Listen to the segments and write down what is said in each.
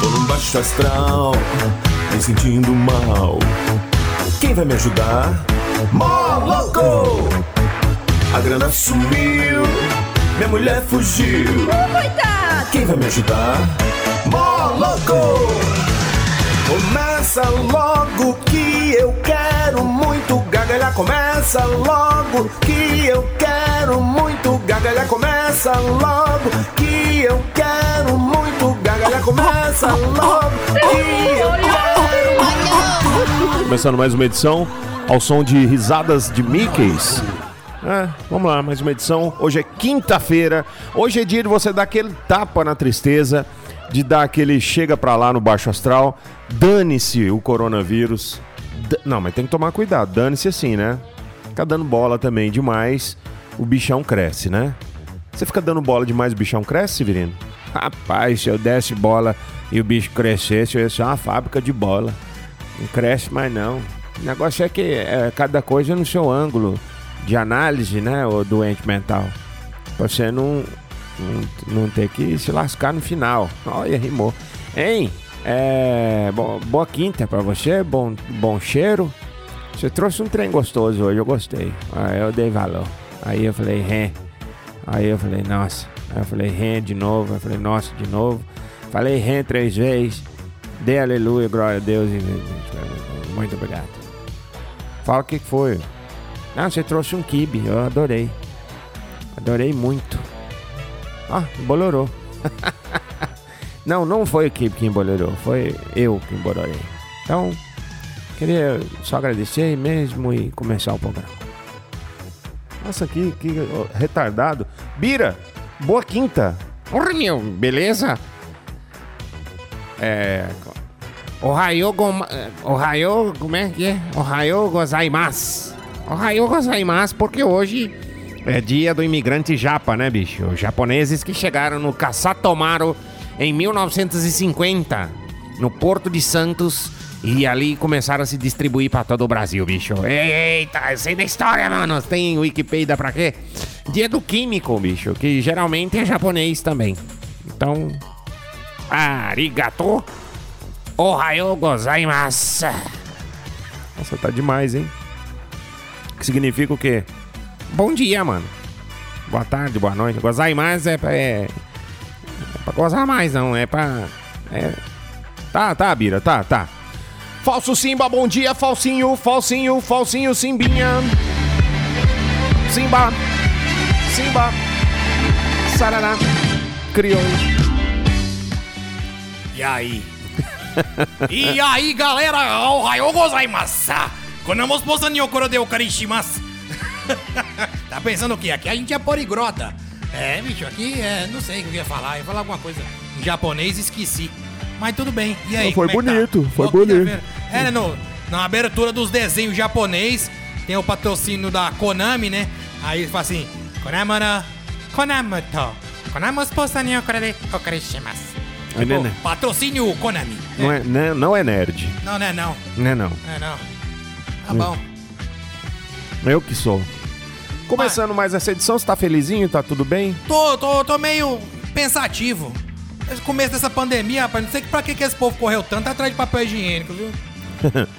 Tô num baixo astral, me sentindo mal. Quem vai me ajudar? Mó louco! A grana sumiu, minha mulher fugiu. Coitado! Quem vai me ajudar? Mó louco! Começa logo que eu quero muito gagalhar. Começa logo que eu quero muito gagalhar. Começa logo que eu quero muito gagalhar. Começa logo que eu quero Começando mais uma edição ao som de risadas de Mickeys. É, vamos lá, mais uma edição. Hoje é quinta-feira. Hoje é dia de você dar aquele tapa na tristeza, de dar aquele chega pra lá no baixo astral. Dane-se o coronavírus. D- Não, mas tem que tomar cuidado. Dane-se assim, né? Ficar dando bola também demais, o bichão cresce, né? Você fica dando bola demais, o bichão cresce, Severino? Rapaz, se eu desse bola e o bicho crescesse, eu ia ser uma fábrica de bola. Não cresce mais não. O negócio é que é, cada coisa no seu ângulo de análise, né, o doente mental. Pra você não, não, não ter que se lascar no final. Olha, rimou. Hein? É, bo- boa quinta pra você, bom, bom cheiro. Você trouxe um trem gostoso hoje, eu gostei. Aí eu dei valor. Aí eu falei, hein? Aí eu falei, nossa. Aí eu falei, ren de novo. Aí eu falei, nossa, de novo. Falei, ren três vezes. Dei aleluia, glória a Deus. e- Muito obrigado. Fala o que que foi. Ah, você trouxe um kibe. Eu adorei. Adorei muito. Ah, embolorou. não, não foi o kibe que embolorou. Foi eu que embolorei. Então, queria só agradecer mesmo e começar o programa. Nossa, que, que ó, retardado. Bira, boa quinta. Oi, meu, beleza? É. Ohayou goma- eh, Ohayou, como é que é? Ohayou gozaimasu. Ohayou gozaimasu, porque hoje é dia do imigrante japa, né, bicho? Os japoneses que chegaram no Caçatomaro em 1950, no Porto de Santos, e ali começaram a se distribuir pra todo o Brasil, bicho. Eita, eu sei da história, mano. Tem Wikipedia pra quê? Dia do químico, bicho, que geralmente é japonês também. Então, arigato Ohayou gozaimasu. Nossa, tá demais, hein? Que significa o quê? Bom dia, mano. Boa tarde, boa noite. Gozaimasu é pra... É, é pra gozar mais, não. É pra... É... Tá, tá, Bira, tá, tá. Falso Simba, bom dia, falsinho, falsinho, falsinho, Simbinha. Simba, Simba, Sarará, criou. E aí? e aí, galera? Ohayou gozaimasu! Konamos posan yokoro de okarishimasu! Tá pensando o quê? Aqui a gente é porigrota. É, bicho, aqui é... Não sei o que eu ia falar. Eu ia falar alguma coisa em japonês e esqueci. Mas tudo bem. E aí, Foi como é que bonito, foi Boa quinta-feira. bonito. É, né, no, na abertura dos desenhos japonês, tem o patrocínio da Konami, né? Aí ele fala assim, Konamara, Konamoto, Konamos posan yokoro de okarishimasu. Aí, né, né? Tipo, Patrocínio Konami. Não é, né, não é nerd, Não, não é não. né não. Não é não. Hum. Tá bom. Eu que sou. Começando mais essa edição, você tá felizinho? Tá tudo bem? Tô, tô, tô meio pensativo. Esse começo dessa pandemia, rapaz, não sei que- pra que, que esse povo correu tanto Tá atrás de papel higiênico, viu?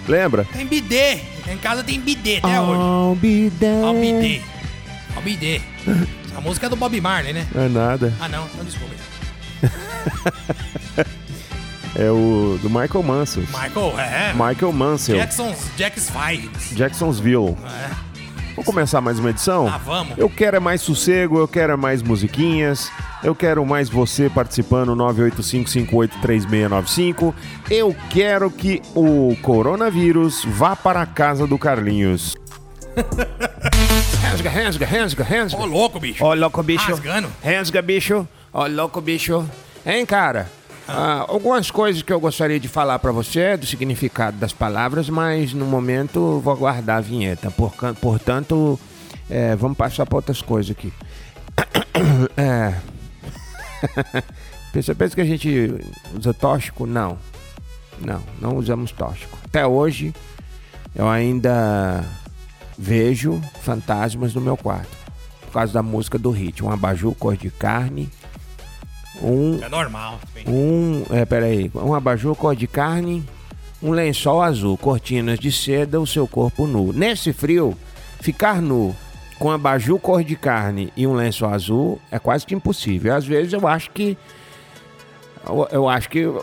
Lembra? Tem bidê. Em casa tem bidê Ah. até É hoje. Ó o bidê. Ó o bidê. Essa música é do Bob Marley, né? Não é nada. Ah não, então desculpa. É o do Michael Mansell. Michael, é. Michael Mansell. Jackson's Jack's Five. Jacksonville. Vamos começar mais uma edição? Ah, vamos. Eu quero é mais sossego, eu quero é mais musiquinhas, eu quero mais você participando 985583695. Eu quero que o coronavírus vá para a casa do Carlinhos. Resga, resga, resga, resga. Ô louco, bicho. Ó, louco bicho. Rasgando. Resga, bicho. Ó, louco bicho. Hein, cara? Ah, algumas coisas que eu gostaria de falar pra você do significado das palavras, mas no momento vou aguardar a vinheta. Por can- portanto, é, vamos passar pra outras coisas aqui. É. Você pensa que a gente usa tóxico? Não. Não, não usamos tóxico. Até hoje, eu ainda vejo fantasmas no meu quarto. causa da música do hit. Um abajur cor de carne. Um. É normal. bem. Um. É, peraí. Um abajur cor de carne. Um lençol azul. Cortinas de seda, o seu corpo nu. Nesse frio, ficar nu com abajur cor de carne e um lençol azul é quase que impossível. Às vezes eu acho que. Eu, eu acho que uh,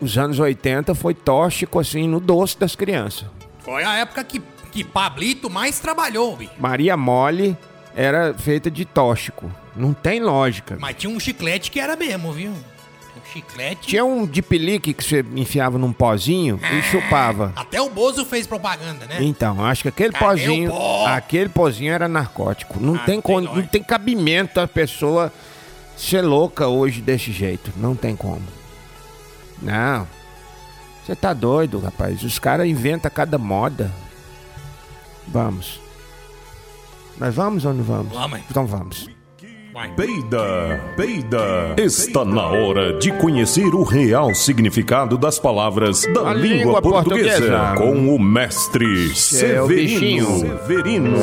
os anos 80 foi tóxico, assim, no doce das crianças. Foi a época que, que Pablito mais trabalhou, bicho. Maria Mole era feita de tóxico. Não tem lógica. Mas tinha um chiclete que era mesmo, viu? Um chiclete. Tinha um de pelique que você enfiava num pozinho É. e chupava. Até o Bozo fez propaganda, né? Então, acho que aquele Cadê pozinho, o pó? Ah, aquele pozinho era narcótico. Não, tem, não tem con- lógica. não tem cabimento a pessoa ser louca hoje desse jeito. Não tem como. Não. Você tá doido, rapaz. Os caras inventam cada moda. Vamos. Nós vamos ou não vamos? Vamos. Então vamos. Peida, peida. Está na hora de conhecer o real significado das palavras da A língua, língua portuguesa, portuguesa. com o mestre Seu Severino. bichinho. Severino.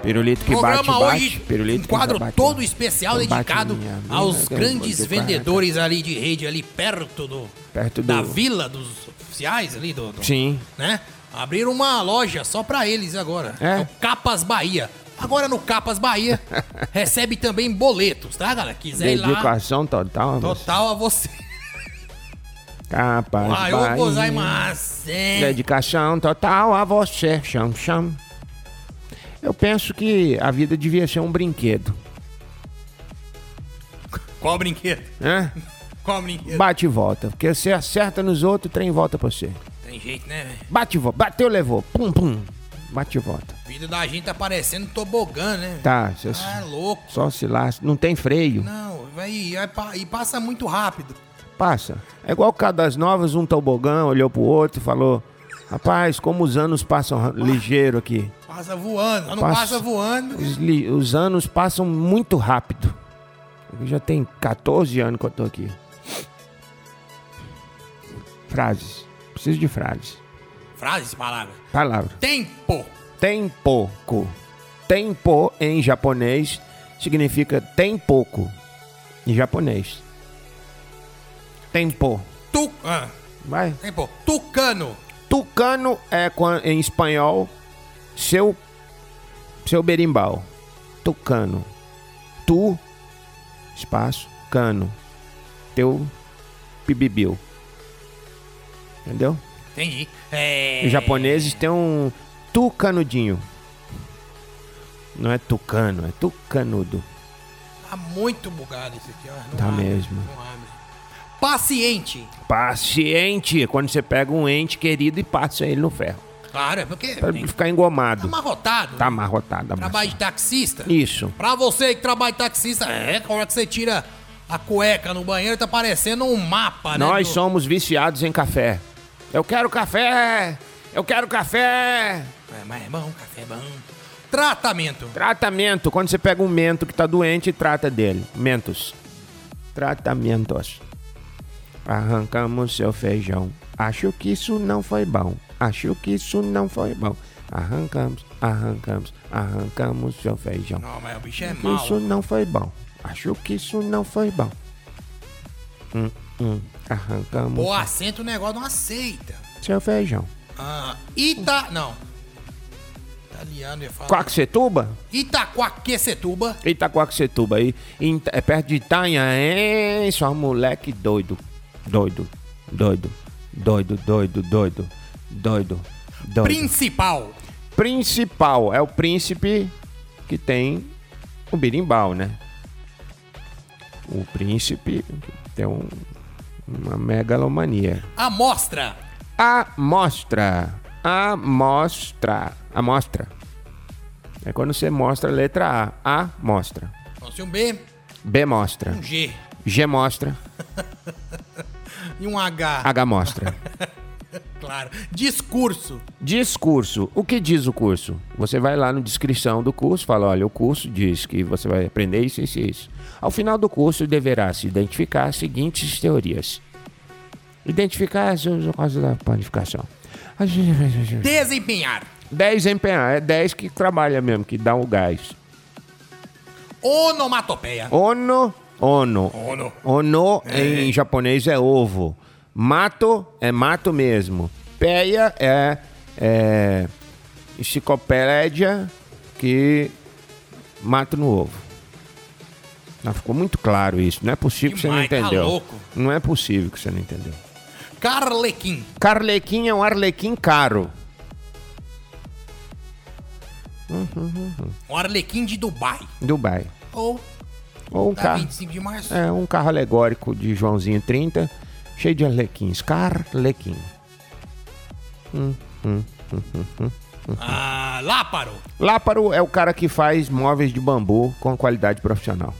Pirulito que bate, Programa bate. hoje, Pirulito um que quadro bate. todo especial Bate dedicado minha mina, aos que eu grandes vou do vendedores ali de rede, ali perto do... Perto da do- vila dos oficiais ali do... do- Sim. Né? Abriram uma loja só pra eles agora. É? É o Capas Bahia. Agora no Capas Bahia recebe também boletos, tá, galera? Quiser ir lá, Dedicação total. a você. total a você. Capaz. Ah, eu vou usar Bahia. em Dedicação total a você, cham cham. Eu penso que a vida devia ser um brinquedo, Qual brinquedo? né? Qual brinquedo? Bate e volta, porque você acerta nos outros, o trem volta pra você. Tem jeito, né, velho? Bate e volta, bateu, levou, pum, pum, bate e volta. O vídeo da gente tá parecendo tobogã, né? Tá, você Ah, é louco. só se lasca, não tem freio, Não, vai, vai pa- e passa muito rápido. passa. É igual o cara das novas, um tobogã olhou pro outro e falou, rapaz, como os anos passam ra- ligeiro aqui. Passa voando. Não Passa. passa, voando. Os, li- os anos passam muito rápido. Eu já tem 14 anos que eu tô aqui. Frases. Preciso de frases. Frases, palavras. Palavra. Tempo. Tem pouco. Tem po em japonês significa tem pouco. Em japonês. Tempo. Tu, ah, Vai. tempo. Tucano. Tucano é quan- em espanhol seu seu berimbau. Tucano. Tu espaço cano. Teu pibibiu. Entendeu? Entendi. É... Os japoneses têm um tucanudinho. Não é tucano, é tucanudo. Tá muito bugado isso aqui, ó. Não Tá mesmo. Não abre. Paciente. Paciente, quando você pega um ente querido e passa ele no ferro. Claro, é porque Pra tem ele que ficar tá engomado. amarrotado. Tá amarrotado. Trabalho amassado. de taxista. Isso. Pra você que trabalha de taxista, é, como é que você tira a cueca no banheiro, tá parecendo um mapa, né? Nós do- somos viciados em café. Eu quero café! Eu quero café! É, mas é bom, café é bom. Tratamento. Tratamento. Quando você pega um mento que tá doente e trata dele. Mentos. Tratamentos. Arrancamos seu feijão. Acho que isso não foi bom. Acho que isso não foi bom. Arrancamos, arrancamos, arrancamos seu feijão. Não, mas o bicho é Que mau. isso não foi bom. Acho que isso não foi bom. Hum, hum. Arrancamos O assento o negócio não aceita. seu feijão. Ah, Ita... Não. Italiano ia falar. Quaxetuba? Itaquaquecetuba. Itaquaquecetuba aí, em- é perto de Itanhaém, só um moleque doido, doido, doido, doido, doido, doido, doido, doido. Principal. Principal é o príncipe que tem o birimbau, né? O príncipe tem um- uma megalomania. Amostra. Amostra. Amostra. Amostra. É quando você mostra a letra A. A mostra. Então, se um B, B mostra. um G G mostra, e um H, H mostra. claro. Discurso. Discurso. O que diz o curso? Você vai lá na descrição do curso, fala, olha, o curso diz que você vai aprender isso, isso e isso. Ao final do curso, deverá se identificar as seguintes teorias. Identificar as as causas da planificação. Desempenhar. 10 empenhar, é 10 que trabalha mesmo, que dá o gás. Onomatopeia. Ono, ono. Ono. Ono em japonês é ovo. Mato é mato mesmo. Peia é, é enciclopédia que mato no ovo. Ah, ficou muito claro isso. Não é possível que você não Demais, tá entendeu. louco. Não é possível que você não entendeu. Carlequim. Carlequim é um arlequim caro. O um Arlequim de Dubai. Dubai. Ou Ou um da carro. 25 de março. É um carro alegórico de Joãozinho 30, cheio de arlequins. Carlequim. Ah, Láparo. Láparo é o cara que faz móveis de bambu com qualidade profissional.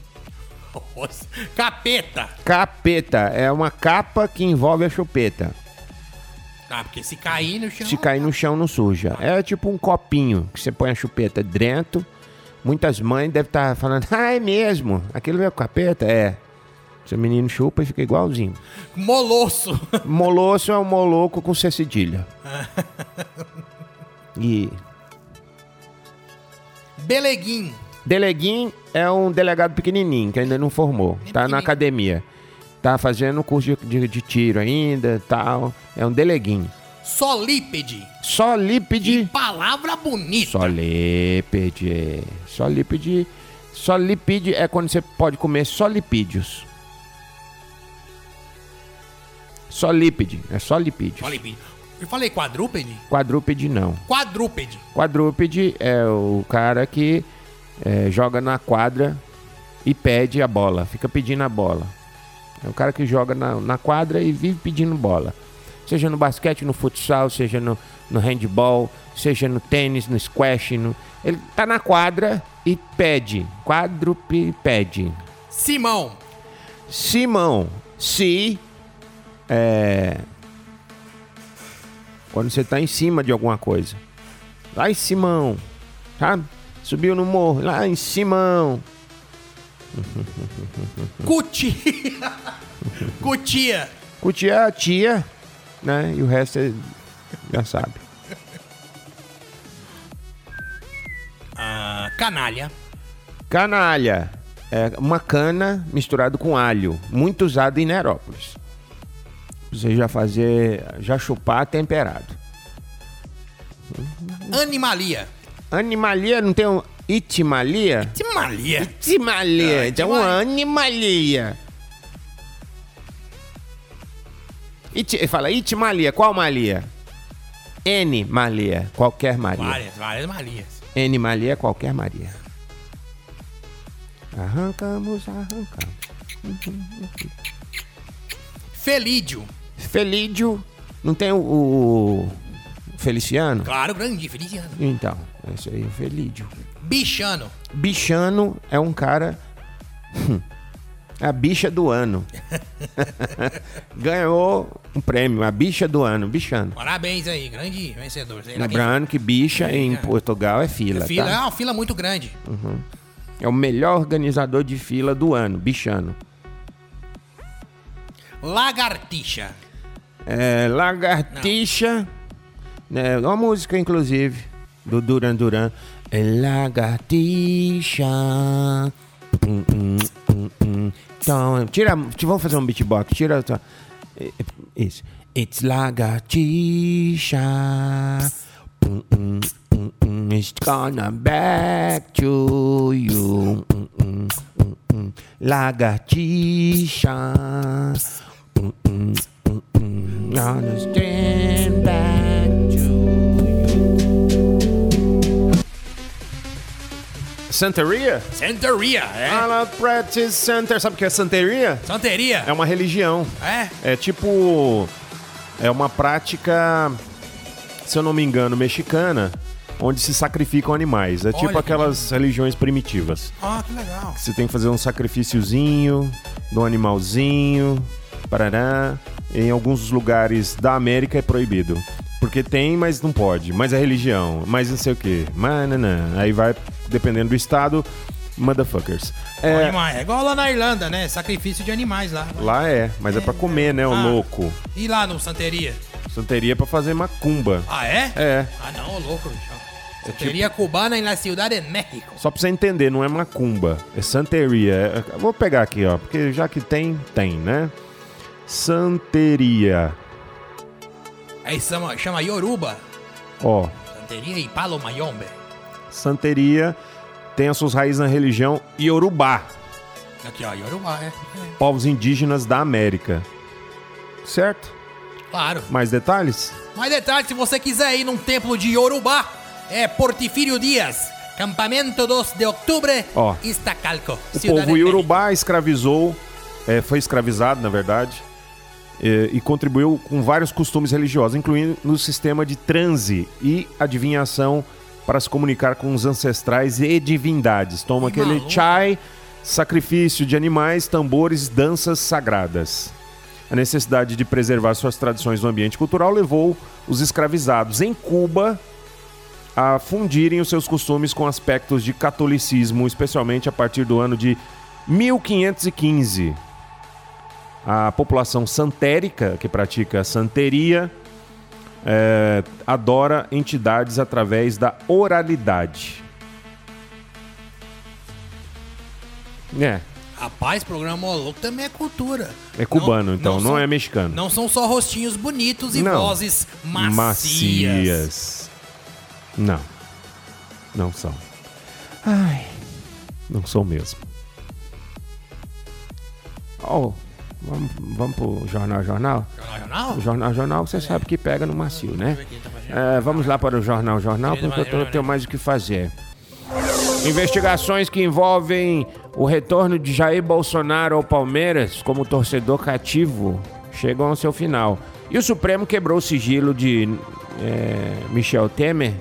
Nossa. Capeta. Capeta é uma capa que envolve a chupeta. Ah, porque se cair no chão... Se cair no chão, não suja. É tipo um copinho que você põe a chupeta dentro. Muitas mães devem estar falando, ah, é mesmo? Aquilo é o capeta? É. Seu menino chupa e fica igualzinho. Molosso. Molosso é um moloco com C cedilha. E Beleguim. Deleguinho é um delegado pequenininho que ainda não formou. tá na pequenininho. academia. Tá fazendo curso de, de- de tiro ainda tal. É um deleguinho. Solípede. Só Que lípide. palavra bonita. Só lípide. Só lípide. Só lipide é quando você pode comer só lipídios. Só lípide. É só lipídios. Solípede. Eu falei quadrúpede? Quadrúpede não. Quadrúpede. Quadrúpede é o cara que é, joga na quadra e pede a bola, fica pedindo a bola. É o cara que joga na, na quadra e vive pedindo bola. Seja no basquete, no futsal, seja no, no handball, seja no tênis, no squash. No... Ele tá na quadra e pede. Quadrupe pede. Simão. Simão, se. É. Quando você tá em cima de alguma coisa. Lá em Simão. Sabe? Subiu no morro. Lá em Simão. Cutia. Cutia. Cutia é a tia, né? E o resto é. Já sabe. Ah, canalha. Canalha. É uma cana misturado com alho. Muito usado em Nerópolis. Pra Você já fazer. Já chupar temperado. Animalia. Animalia, não tem um. Itimalia? Timalia. Animalia, Ah, então demais. animalia. Iti, fala itimalia, qual malia? N malia, qualquer malia. Várias, várias Marias. N malia, qualquer malia. Arrancamos, arrancamos. Felídio. Felídio, não tem o, o- o Feliciano? Claro, grande, Feliciano. Então, esse aí é o Felídio. Bichano. Bichano é um cara. hum, é A bicha do ano. Ganhou um prêmio, a bicha do ano, bichano. Parabéns aí, grande vencedor. Sei lá quem- Lembrando que bicha em Portugal é fila, Fila, é tá? uma fila muito grande. É o melhor organizador de fila do ano, bichano. Lagartixa. É, lagartixa. né, uma música, inclusive, do Duran Duran. É Lagartixa. Hum, Pum, pum, pum, pum. Então, tira. te- Vamos fazer um beatbox. Tira. Tá. É, é, Isso. It's lagartixa. Hum, Pum, pum, pum, pum. hum. It's gonna back to you. Hum, Pum, pum, pum, pum. hum. Lagartixa. Pum, pum, pum, pum. Gonna stand back to you. Santeria? Santeria, é. Fala, Practice Center. Sabe o que é santeria? Santeria. É uma religião. É. É tipo. É uma prática, se eu não me engano, mexicana, onde se sacrificam animais. É tipo que aquelas religiões primitivas. Ah, que legal. Você tem que fazer um sacrifíciozinho de um animalzinho, parará. Em alguns lugares da América é proibido. Porque tem, mas não pode. Mas é religião, mas não sei o quê. Mananã. Aí vai, dependendo do estado, motherfuckers. Bom É, demais. É igual lá na Irlanda, né? Sacrifício de animais lá. lá é, mas é pra comer, né, o Ah. louco. E lá no Santeria? Santeria é pra fazer macumba. Ah, é? É. Ah, não, ô louco, bicho. É Seria cubana na cidade de México. Só pra você entender, não é macumba, é santeria. É- é- vou pegar aqui, ó, porque já que tem, tem, né? Santeria. Aí chama, chama Yoruba. Ó, Santeria e Palo Mayombe. santeria tem as suas raízes na religião Yorubá, Aqui, ó, Yoruba, é. povos indígenas da América. Certo? É, Claro. Mais detalhes? Mais detalhes, se você quiser ir num templo de Yorubá, é Portifírio Dias, Campamento 2 de Outubro, Ó. Iztacalco. O Cidade povo de iorubá escravizou, é, foi escravizado, na verdade, é, e contribuiu com vários costumes religiosos, incluindo no sistema de transe e adivinhação para se comunicar com os ancestrais e divindades. Toma Que aquele maluco. chai, sacrifício de animais, tambores, danças sagradas. A necessidade de preservar suas tradições no ambiente cultural levou os escravizados em Cuba a fundirem os seus costumes com aspectos de catolicismo, especialmente a partir do ano de 1515. A população santérica, que pratica a santeria, eh, adora entidades através da oralidade. É, Rapaz, programa louco também é cultura. é cubano, então, não, são- é mexicano. Não são só rostinhos bonitos e Não. vozes macias. Macias. Não. Não são. Ai. Não são mesmo. Oh, vamos, vamos pro jornal, jornal? Jornal, jornal? O jornal, jornal, você sabe que pega no macio, né? Deixa eu ver quem tá fazendo. É, vamos lá para o jornal, jornal, porque eu tô- tenho mais o que fazer. Investigações que envolvem o retorno de Jair Bolsonaro ao Palmeiras como torcedor cativo chegam ao seu final. E o Supremo quebrou o sigilo de é, Michel Temer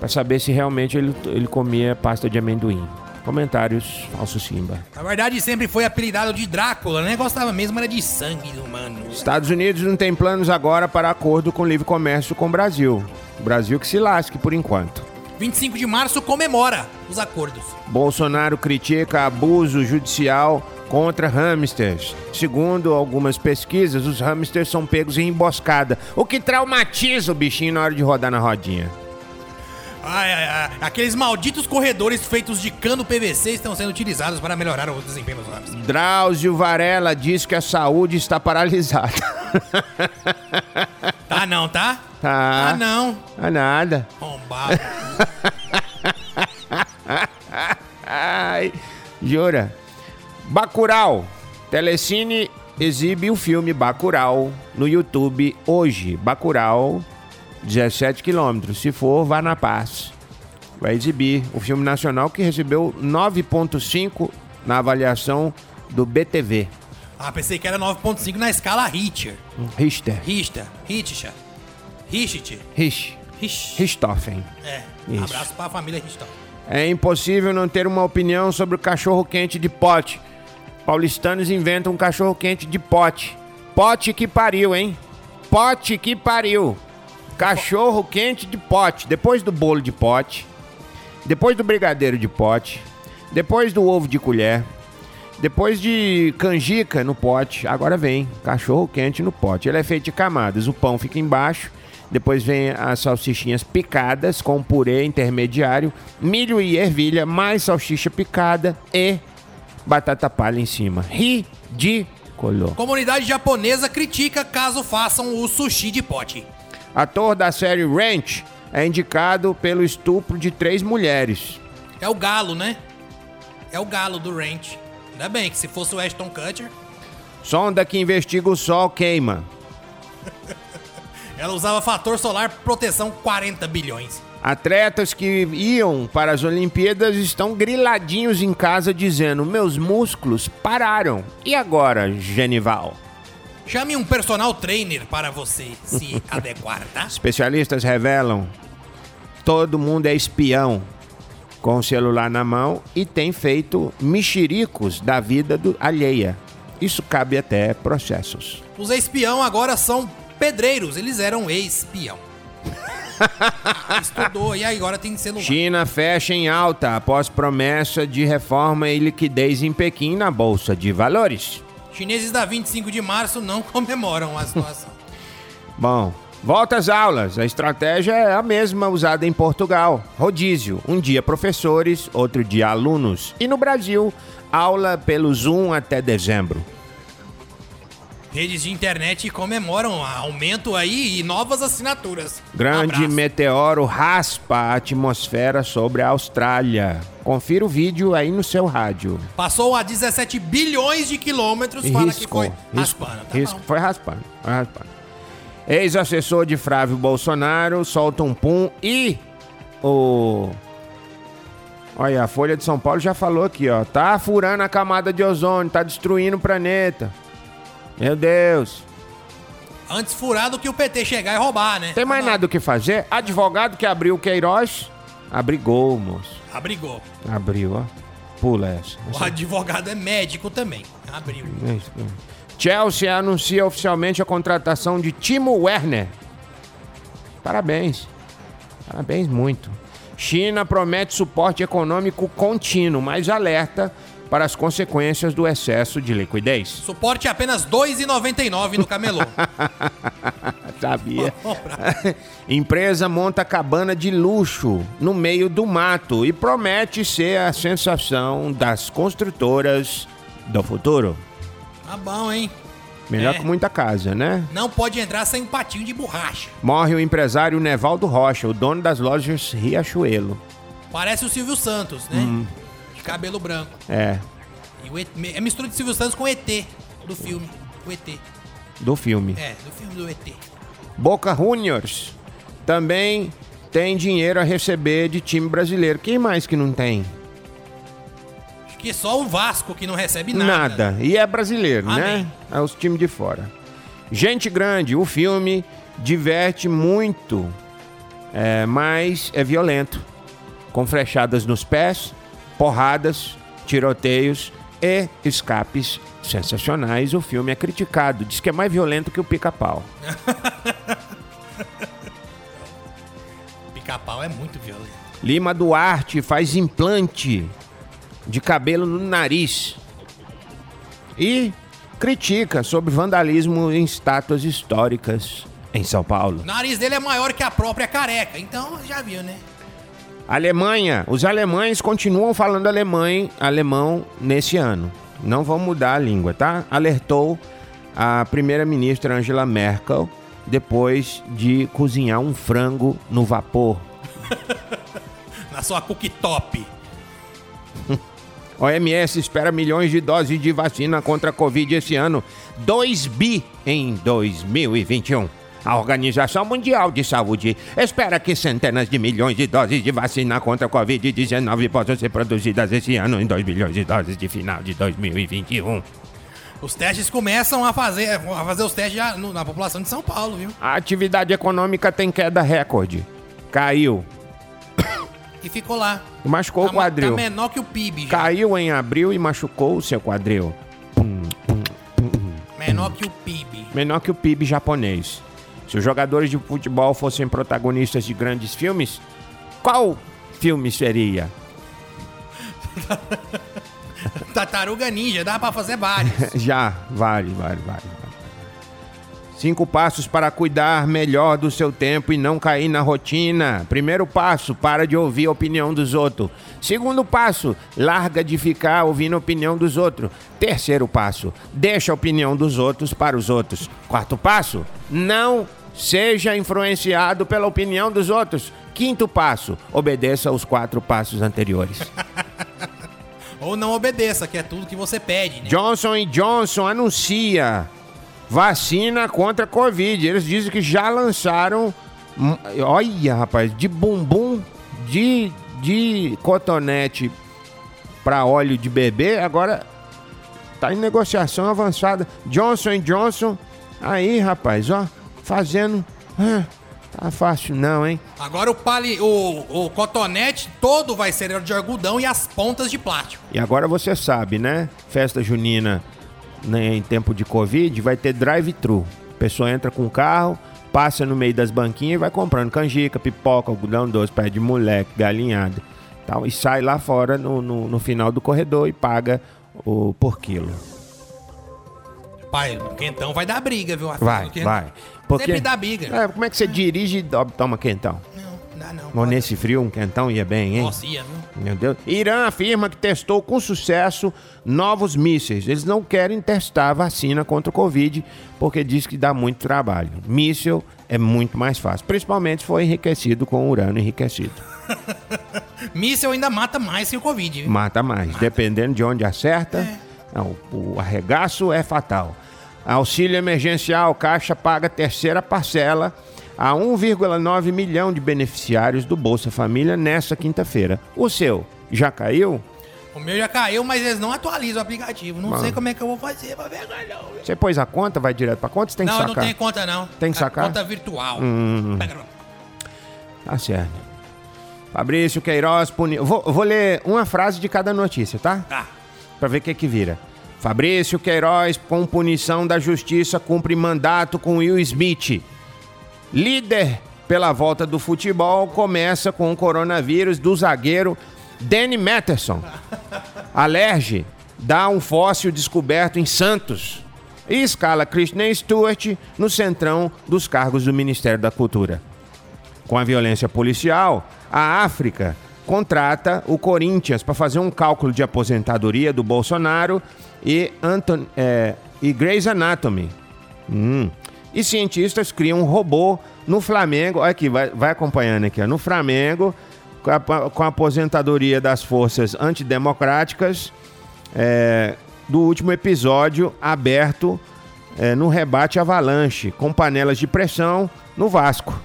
para saber se realmente ele, ele comia pasta de amendoim. Comentários, falso Simba. Na verdade, sempre foi apelidado de Drácula, né? Gostava mesmo era de sangue humano. Estados Unidos não tem planos agora para acordo com livre comércio com o Brasil. O Brasil que se lasque por enquanto. 25 de março comemora os acordos. Bolsonaro critica abuso judicial contra hamsters. Segundo algumas pesquisas, os hamsters são pegos em emboscada, o que traumatiza o bichinho na hora de rodar na rodinha. Ai, ai, ai. Aqueles malditos corredores feitos de cano PVC estão sendo utilizados para melhorar o desempenho dos hamsters. Drauzio Varela diz que a saúde está paralisada. Tá não, tá? Tá. Tá não. Ah, nada. Bombado. Ai, jura? Bacurau. Telecine exibe o filme Bacurau no YouTube hoje. Bacurau, 17 quilômetros. Se for, vá na paz. Vai exibir o filme nacional que recebeu 9.5 na avaliação do BTV. Ah, pensei que era 9.5 na escala Richter. Richter. Rista. Ritisha. Richit. Rich. Rish. Richthofen. É. Isso. Abraço pra família Richter. É impossível não ter uma opinião sobre o cachorro quente de pote. Paulistanos inventam um cachorro quente de pote. Pote que pariu, hein? Pote que pariu. Cachorro quente de pote. Depois do bolo de pote. Depois do brigadeiro de pote. Depois do ovo de colher. Depois de canjica no pote, agora vem cachorro quente no pote. Ele é feito de camadas. O pão fica embaixo, depois vem as salsichinhas picadas com purê intermediário, milho e ervilha, mais salsicha picada e batata palha em cima. Ridículo. Comunidade japonesa critica caso façam o sushi de pote. Ator da série Ranch é indicado pelo estupro de três mulheres. É o galo, né? É o galo do ranch. Ainda bem que se fosse o Ashton Kutcher, Sonda que investiga o sol queima. ela usava fator solar proteção 40 bilhões. Atletas que iam para as Olimpíadas estão griladinhos em casa dizendo: Meus músculos pararam. E agora, Genival? Chame um personal trainer para você se adequar, tá? Especialistas revelam: todo mundo é espião com o celular na mão e tem feito mexericos da vida do- alheia. Isso cabe até processos. Os espião agora são pedreiros, eles eram espião. Estudou e aí agora tem celular. China fecha em alta após promessa de reforma e liquidez em Pequim na Bolsa de Valores. Chineses da 25 de março não comemoram a situação. Bom, Volta às aulas. A estratégia é a mesma usada em Portugal. Rodízio. Um dia professores, outro dia alunos. E no Brasil, aula pelo Zoom até dezembro. Redes de internet comemoram aumento aí e novas assinaturas. Grande Abraço. meteoro raspa a atmosfera sobre a Austrália. Confira o vídeo aí no seu rádio. Passou a 17 bilhões de quilômetros, E fala que riscou. foi riscou, raspando. Tá risco- bom. Foi raspando. Foi raspando. Ex-assessor de Flávio Bolsonaro solta um pum e o. Olha, a Folha de São Paulo já falou aqui, ó. Tá furando a camada de ozônio, tá destruindo o planeta. Meu Deus. Antes furado que o PT chegar e roubar, né? Tem mais nada o que fazer? Advogado que abriu o Queiroz, abrigou, moço. Abrigou. Abriu, ó. Pula essa. O advogado é médico também. Abriu. É Chelsea anuncia oficialmente a contratação de Timo Werner. Parabéns. Parabéns muito. China promete suporte econômico contínuo, mas alerta para as consequências do excesso de liquidez. Suporte apenas R$ 2,99 no camelô. Sabia. Empresa monta cabana de luxo no meio do mato e promete ser a sensação das construtoras do futuro. tá bom, hein? Melhor É. que muita casa, né? Não pode entrar sem patinho de borracha. Morre o empresário Nevaldo Rocha, o dono das lojas Riachuelo. Parece o Silvio Santos, né? Uhum. De cabelo branco. É, E o ET é mistura de Silvio Santos com ET, do filme. O ET. do filme. É, do filme do ET. Boca Juniors também tem dinheiro a receber de time brasileiro. Quem mais que não tem? Acho que é só o Vasco que não recebe nada. Nada. E é brasileiro, Amém. né? É os times de fora. Gente Grande, o filme diverte muito, é, mas é violento. Com flechadas nos pés, porradas, tiroteios e escapes sensacionais. O filme é criticado. Diz que é mais violento que o pica-pau. Pica-pau é muito violento. Lima Duarte faz implante de cabelo no nariz. E critica sobre vandalismo em estátuas históricas em São Paulo. O nariz dele é maior que a própria careca, então já viu, né? Alemanha. Os alemães continuam falando alemão, alemão nesse ano. Não vão mudar a língua, tá? Alertou a primeira-ministra Angela Merkel depois de cozinhar um frango no vapor. Na sua cooktop. OMS espera milhões de doses de vacina contra a Covid esse ano. 2 bi em 2021. A Organização Mundial de Saúde espera que centenas de milhões de doses de vacina contra a Covid-19 possam ser produzidas esse ano em 2 bilhões de doses de final de 2021. Os testes começam a fazer, é, a fazer os testes já no- na população de São Paulo, viu? A atividade econômica tem queda recorde. Caiu. E ficou lá. Machucou o Tá ma- quadril. Tá menor que o PIB. já. Caiu em abril e machucou o seu quadril. Menor que o PIB. menor que o PIB japonês. Se os jogadores de futebol fossem protagonistas de grandes filmes, qual filme seria? Tartaruga Ninja, dá pra fazer vários. Já, vale, vale, vale. vale. Cinco passos para cuidar melhor do seu tempo e não cair na rotina. Primeiro passo, para de ouvir a opinião dos outros. Segundo passo, larga de ficar ouvindo a opinião dos outros. Terceiro passo, deixa a opinião dos outros para os outros. Quarto passo, não seja influenciado pela opinião dos outros. Quinto passo, obedeça aos quatro passos anteriores. Ou não obedeça, que é tudo que você pede, né? Johnson Johnson anuncia vacina contra a Covid. Eles dizem que já lançaram. hum, Olha, rapaz, de bumbum de, de cotonete para óleo de bebê, agora tá em negociação avançada. Johnson Johnson, aí, rapaz, ó, fazendo. ah, tá fácil não, hein? Agora o, pali, o, o cotonete todo vai ser de algodão e as pontas de plástico. E agora você sabe, né? Festa junina né, em tempo de Covid vai ter drive-thru. A pessoa entra com o carro, passa no meio das banquinhas e vai comprando canjica, pipoca, algodão doce, pé de moleque, galinhada. Tal, e sai lá fora no, no, no final do corredor e paga o por quilo. Rapaz, o quentão vai dar briga, viu? Afinal, Vai, o quentão- vai. Sempre dá briga. É, como é que você dirige e ó, toma quentão? Não, dá não. Bom, nesse frio, um quentão ia bem, hein? Nossa, ia, viu? Meu Deus. Irã afirma que testou com sucesso novos mísseis. Eles não querem testar a vacina contra o Covid porque diz que dá muito trabalho. Míssel é muito mais fácil, principalmente se for enriquecido com urânio enriquecido. Míssel ainda mata mais que o Covid. viu? Mata mais, dependendo de onde acerta. não, o arregaço é fatal. Auxílio emergencial, Caixa paga terceira parcela a 1,9 milhão de beneficiários do Bolsa Família nesta quinta-feira. O seu já caiu? O meu já caiu, mas eles não atualizam o aplicativo. Não sei como é que eu vou fazer pra ver, galhão. Você pôs a conta, vai direto pra conta, você tem que Não, eu sacar. não tenho conta, não. Tem que É sacar? Hum. Conta virtual. Pega- Tá certo. Fabrício Queiroz puni... vou, vou ler uma frase de cada notícia, tá? Tá. Pra ver o que que vira. Fabrício Queiroz, com punição da justiça, cumpre mandato com Will Smith. Líder pela volta do futebol começa com o coronavírus do zagueiro Danny Matterson. Alerge dá um fóssil descoberto em Santos. E escala Christian Stewart no centrão dos cargos do Ministério da Cultura. Com a violência policial, a África contrata o Corinthians para fazer um cálculo de aposentadoria do Bolsonaro e, Anton, é, e Grey's Anatomy. Hum. E cientistas criam um robô no Flamengo. Olha aqui, vai, vai acompanhando aqui. ó. No Flamengo, com a, com a aposentadoria das forças antidemocráticas, é, do último episódio aberto é, no rebate avalanche, com panelas de pressão no Vasco.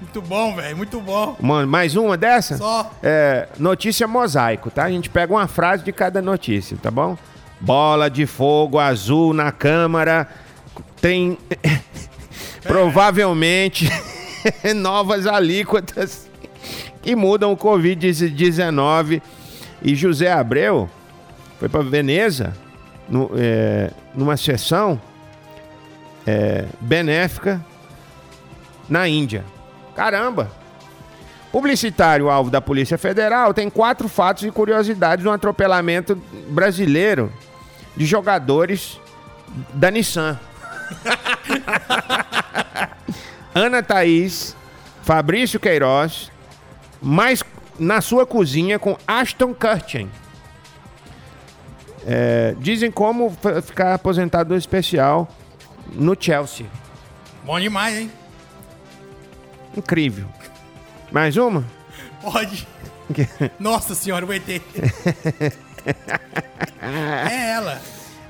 Muito bom, velho. Muito bom. Mano, mais uma dessa? Só. É, notícia mosaico, tá? A gente pega uma frase de cada notícia, tá bom? Bola de fogo azul na Câmara tem provavelmente novas alíquotas que mudam o Covid-19. E José Abreu foi para Veneza no- é, numa sessão é, benéfica na Índia. Caramba! Publicitário alvo da Polícia Federal tem quatro fatos e curiosidades no atropelamento brasileiro de jogadores da Nissan. Ana Thaís, Fabrício Queiroz, mais na sua cozinha com Ashton Kutcher. É, dizem como f- ficar aposentado especial no Chelsea. Bom demais, hein? Incrível. Mais uma? Pode. Nossa senhora, o ET. é ela.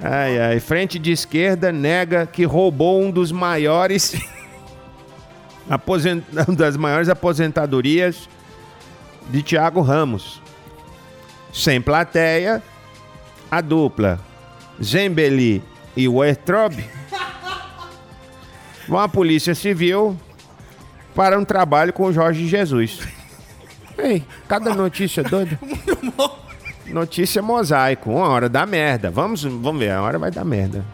Ai, ai. Frente de esquerda nega que roubou um dos maiores. aposen- uma das maiores aposentadorias de Thiago Ramos. Sem plateia, a dupla Zembeli e Wertrob vão à Polícia Civil para um trabalho com Jorge Jesus. Ei, cada notícia doida. Notícia mosaico, uma hora dá merda. Vamos, vamos ver, a hora vai dar merda.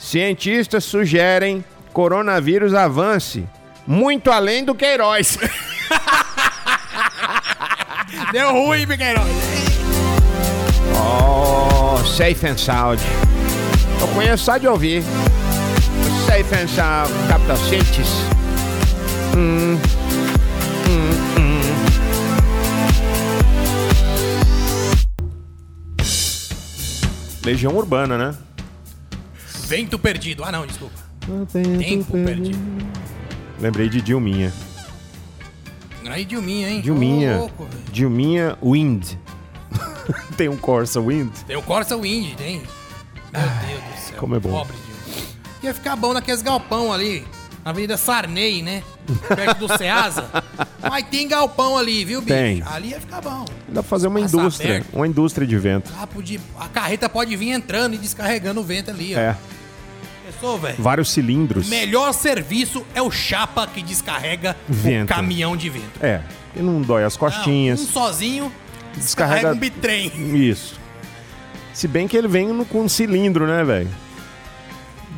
Cientistas sugerem coronavírus avance muito além do Queiroz. Deu ruim, Piqueirão. Oh, safe and sound. Eu conheço só de ouvir. Safe and sound, Capital Cities. Hum, hum, hum. Legião Urbana, né? Vento perdido. Ah, não, desculpa. Tempo perdido. Lembrei de Dilminha. Aí, Dilminha, hein? Dilminha. Ô, louco, velho. Dilminha Wind. Tem um Corsa Wind? Tem o Corsa Wind, tem. Meu Deus do céu. como é bom. Pobre Dilma. Ia ficar bom naqueles galpão ali, na Avenida Sarney, né? Perto do Ceasa. Mas tem galpão ali, viu, bicho? Tem. Ali ia ficar bom. Dá pra fazer uma Passa indústria. aberto. Uma indústria de vento. Lá podia- a carreta pode vir entrando e descarregando o vento ali, ó. É. Pensou, velho? Vários cilindros. Melhor serviço é o chapa que descarrega Vento. o caminhão de vento. É. Que não dói as Não, um costinhas. sozinho Descarrega- descarrega, um bitrem. Isso. Se bem que ele vem no- com um cilindro, né, velho?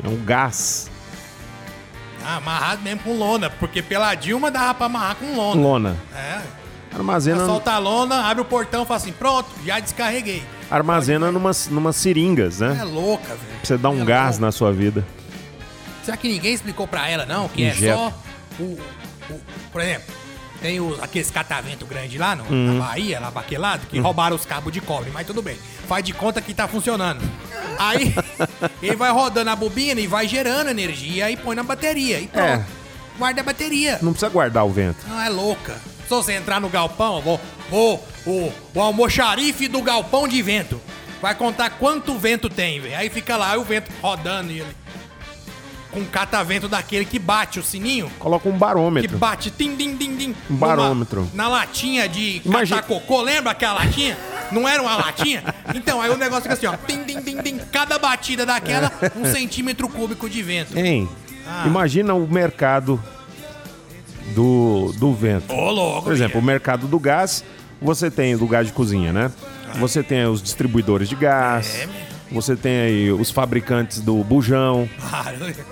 É um gás. Ah, amarrado mesmo com lona, porque pela Dilma dava pra amarrar com lona. Lona. É. Armazena. Solta a lona, abre o portão e fala assim: pronto, já descarreguei. armazena numas, numas seringas, né? É louca, velho. Pra você dar um É gás louca. na sua vida. Será que ninguém explicou pra ela, não? Que é Injeta. só o, o- Por exemplo, tem os, aqueles catavento grande lá no, Uhum. na Bahia, lá baquelado, que roubaram os cabos de cobre, mas tudo bem. Faz de conta que tá funcionando. Aí ele vai rodando a bobina e vai gerando energia e põe na bateria. E pronto. É. Guarda a bateria. Não precisa guardar o vento. Não é louca. Se você entrar no galpão, vou, vou, o, o almoxarife do galpão de vento. Vai contar quanto vento tem, velho. Aí fica lá o vento rodando e ele. Com um catavento daquele que bate o sininho. Coloca um Que barômetro. bate tim, din, din, din. Um barômetro. numa- na latinha de Imagina- catacocô, lembra aquela latinha? Não era uma latinha? Então, aí o negócio fica assim, ó. Tim, din, din, din. Cada batida daquela, É. um centímetro cúbico de vento. Hein? Ah. Imagina o mercado do, do vento. Ô, louco, Por exemplo, o mercado do gás, você tem do gás de cozinha, né? Você tem os distribuidores de É, gás, meu. você tem aí os fabricantes do bujão, bicho.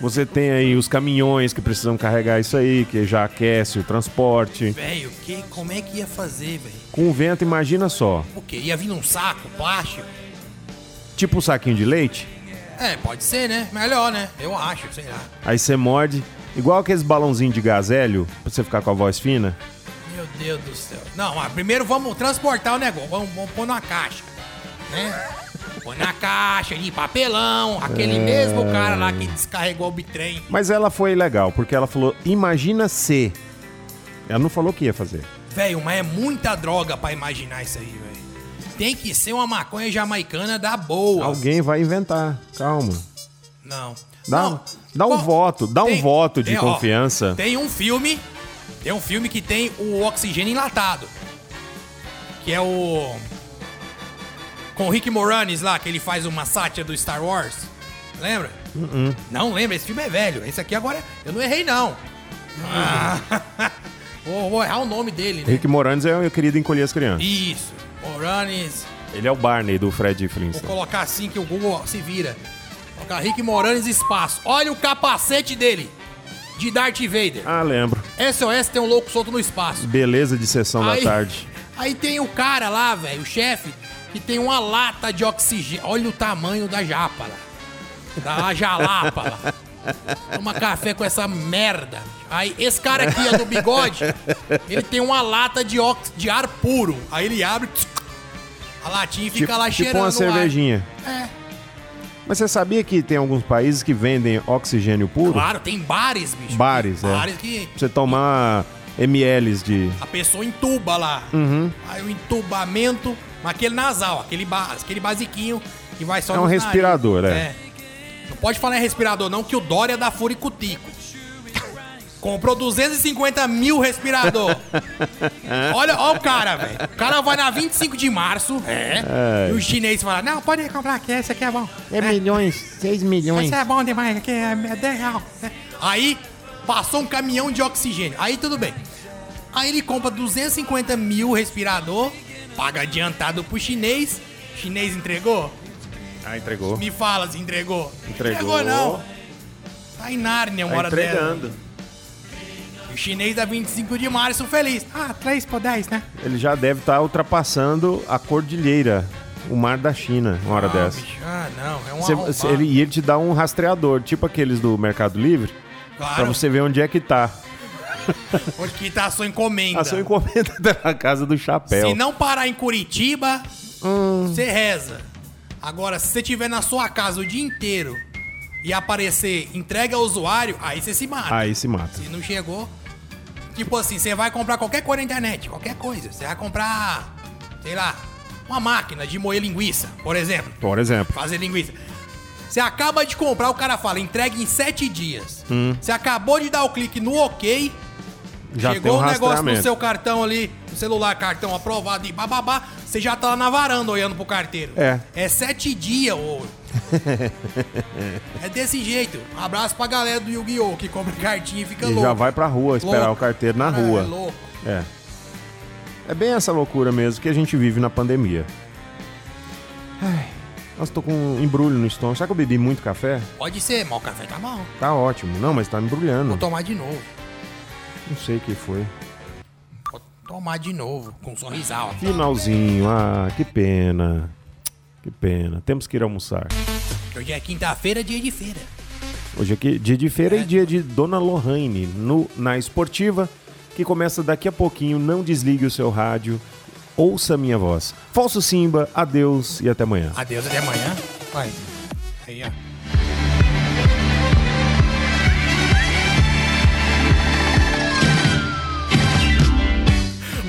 você tem aí os caminhões que precisam carregar isso aí, que já aquece o transporte. Velho, que, como é que ia fazer, velho? Com o vento, imagina só, O quê? Ia vir num saco, plástico? tipo um saquinho de leite, É, pode ser, né? Melhor, né? Eu acho, sei lá. aí você morde, igual aqueles balãozinhos de gás hélio, pra você ficar com a voz fina. Meu Deus do céu. Não, ah, primeiro vamos transportar o negócio. Vamos, vamos pôr numa caixa, né? Põe na caixa de papelão. Aquele mesmo cara lá que descarregou o bitrem. Mas ela foi legal, porque ela falou, imagina se. Ela não falou o que ia fazer. Velho, mas é muita droga pra imaginar isso aí, velho. Tem que ser uma maconha jamaicana da boa. Alguém vai inventar, calma. Não. Dá, Não. dá um Qual- voto, dá um Tem- voto de tem, ó, confiança. Tem um filme. Tem um filme que tem o oxigênio enlatado. Que é o. Com o Rick Moranis lá, que ele faz uma sátira do Star Wars. Lembra? Uh-uh. Não lembra, esse filme é velho. Esse aqui agora. Eu não errei, não. Ah, vou, vou errar o nome dele, né? Rick Moranis é o querido encolher as crianças. Isso. Moranis. Ele é o Barney do Fred Vou Flintstone. colocar assim que o Google se vira. Colocar Rick Moranis espaço. Olha o capacete dele. De Darth Vader. Ah, lembro. SOS tem um louco solto no espaço. Beleza de sessão da tarde. Aí tem o cara lá, velho, o chefe, que tem uma lata de oxigênio. Olha o tamanho da japa lá. Da jalapa lá. Toma café com essa merda. Aí esse cara aqui, ó, do bigode, ele tem uma lata de, ox... de ar puro. Aí ele abre tsk, a latinha e fica tipo, lá tipo cheirando uma o cervejinha. Ar. É. Mas você sabia que tem alguns países que vendem oxigênio puro? Claro, tem bares, bicho. Bares, Tem é. Bares que Pra você tomar mls de... A pessoa entuba lá. Uhum. Aí o entubamento, mas aquele nasal, aquele, ba, aquele basiquinho que vai só É no um nariz. respirador, é. Não pode falar em respirador não, que o Dória dá furicutico. Comprou 250 mil respirador. olha, olha o cara, velho. O cara vai na 25 de março, é, e os chineses falam, não, pode comprar aqui, esse aqui é bom. É milhões, 6 milhões. Isso é bom demais, aqui é 10 real. né? Aí passou um caminhão de oxigênio. Aí tudo bem. Aí ele compra 250 mil respirador, paga adiantado pro chinês. Chinês entregou? Ah, entregou. Me fala se entregou. Entregou. não. Tá em Nárnia uma Tá hora dessa. entregando. E O chinês da 25 de março feliz. Ah, 3 por 10, né? Ele já deve estar ultrapassando a cordilheira, o mar da China, uma hora ah, dessa. bicho, ah, não, é um Cê- arrombado. cê- ele, e ele te dá um rastreador, tipo aqueles do Mercado Livre, pra Claro, você ver onde é que tá. onde que tá a sua encomenda. A sua encomenda tá na casa do chapéu. Se não parar em Curitiba, você reza. Agora, se você tiver na sua casa o dia inteiro e aparecer entrega ao usuário, aí você se mata. Aí se mata. Se não chegou. Tipo assim, você vai comprar qualquer coisa na internet, qualquer coisa. Você vai comprar, sei lá, uma máquina de moer linguiça, por exemplo. Por exemplo. Fazer linguiça. Você acaba de comprar, o cara fala, entrega em sete dias. Você acabou de dar o clique no OK, Já tem Chegou um o negócio rastreamento. no seu cartão ali, no celular, cartão aprovado e bababá, você já tá lá na varanda olhando pro carteiro. É. É sete dias, ô. é desse jeito. Abraço pra galera do Yu-Gi-Oh! que compra cartinha e fica E louco. já vai pra rua esperar Louco. o carteiro na Ah, rua. É louco. É. É bem essa loucura mesmo que a gente vive na pandemia. Ai, nossa, tô com um embrulho no estômago. Será que eu bebi muito café? Pode ser, mas o café tá bom. Tá ótimo. Não, mas tá embrulhando. Vou tomar de novo. Não sei o que foi. Vou tomar de novo, com um sorrisal. Finalzinho. Ah, que pena. Que pena. Temos que ir almoçar. Hoje é quinta-feira, dia de feira. Hoje aqui, dia de feira e dia de Dona Lohane no, na Esportiva, que começa daqui a pouquinho. Não desligue o seu rádio. Ouça a minha voz. Falso Simba, adeus e até amanhã. Adeus, até amanhã. Vai. Aí, ó.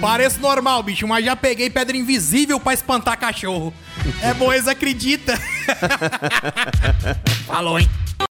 Parece normal, bicho, mas já peguei pedra invisível pra espantar cachorro. É bom, eles acreditam. Falou, hein?